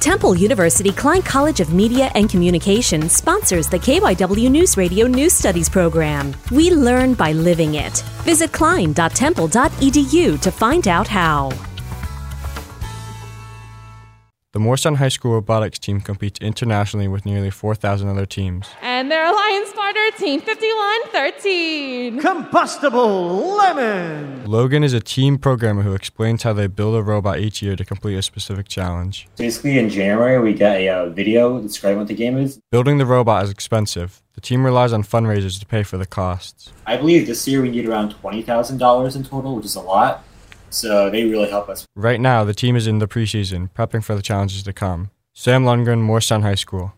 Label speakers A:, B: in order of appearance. A: Temple University Klein College of Media and Communication sponsors the KYW News Radio News Studies program. We learn by living it. Visit klein.temple.edu E to find out how.
B: The Morristown High School robotics team competes internationally with nearly 4,000 other teams.
C: And their alliance partner, Team 5113.
D: Combustible Lemon!
B: Logan is a team programmer who explains how they build a robot each year to complete a specific challenge.
E: Basically, in January, we got a uh, video describing what the game is.
B: Building the robot is expensive. The team relies on fundraisers to pay for the costs.
E: I believe this year we need around $20,000 in total, which is a lot. So they really help us.
B: Right now, the team is in the preseason, prepping for the challenges to come. Sam Lundgren, Morristown High School.